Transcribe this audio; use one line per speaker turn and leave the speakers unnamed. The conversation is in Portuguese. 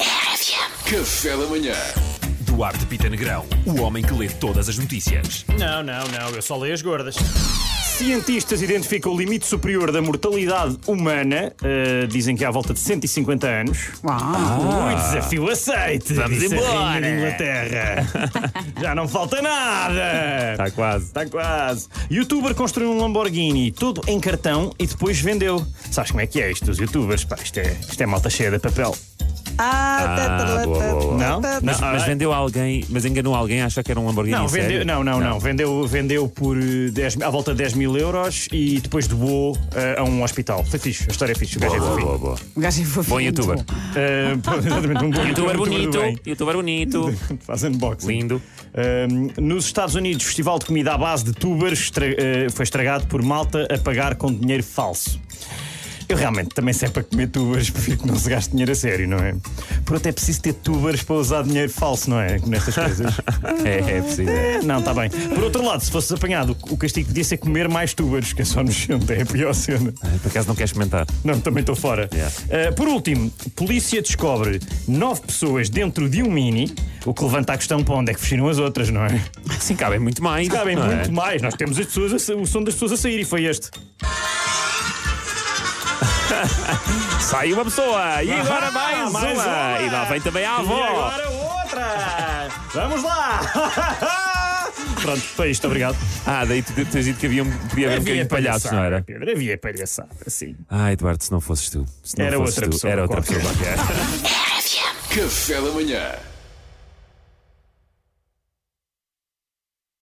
FM.
Café da manhã.
Duarte Pita Negrão, o homem que lê todas as notícias.
Não, não, não, eu só leio as gordas.
Cientistas identificam o limite superior da mortalidade humana, eh, dizem que é à volta de 150 anos. O desafio aceite!
Vamos
disse a
embora. né?
Rainha de Inglaterra! Já não falta nada!
Está Tá quase.
Está quase. Youtuber construiu um Lamborghini todo em cartão e depois vendeu. Sabes como é que é isto dos youtubers? Pá, isto, é, isto é malta cheia de papel.
Ah, boa, boa, boa.
Não?
Mas,
Não,
mas
ah,
vendeu a alguém, mas enganou alguém a achar que era um Lamborghini.
Não,
a sério?
vendeu, não, não, não. Vendeu, vendeu por eh, 10, à volta de 10 mil euros e depois doou eh, a um hospital. Foi fixe, a história é fixe. O gajo
Boa,
é
boa,
fofinho.
boa, boa.
O gajo é fofinho.
Bom youtuber.
Eh, pô, exatamente, um bom
Youtuber
do
bonito.
bem.
Youtuber bonito.
Faz unboxing.
Lindo.
Ahm, nos Estados Unidos, festival de comida à base de tubers estra- eh, foi estragado por malta a pagar com dinheiro falso. Eu realmente também sei para comer tubers, prefiro que não se gaste dinheiro a sério, não é? Por até preciso ter tubers para usar dinheiro falso, não é? Nestas coisas.
É, é preciso. é.
Não, está bem. Por outro lado, se fosses apanhado, o castigo podia ser comer mais tubers, que é só nojento, é a pior cena.
Por acaso não queres comentar?
Não, também estou fora.
Yeah.
Uh, por último, polícia descobre nove pessoas dentro de um mini, o que levanta a questão para onde é que fugiram as outras, não é?
Sim, cabem muito mais.
Cabem
não é?
muito mais. Nós temos as pessoas a sa- o som das pessoas a sair e foi este.
Saiu uma pessoa. E agora
Ah,
mais,
mais
uma.
uma.
E lá vem também a
E
avó.
agora outra! Vamos lá! Pronto, foi isto, obrigado.
Ah, daí tu tu tens dito que havia um, podia haver um bocadinho de palhaço, não era?
Pedro, havia palhaçada, sim.
Ah, Eduardo, se não fosses tu. Se não
Era
fosses
outra
tu,
pessoa
Era outra
qualquer.
pessoa
RFM.
qualquer.
Café da manhã.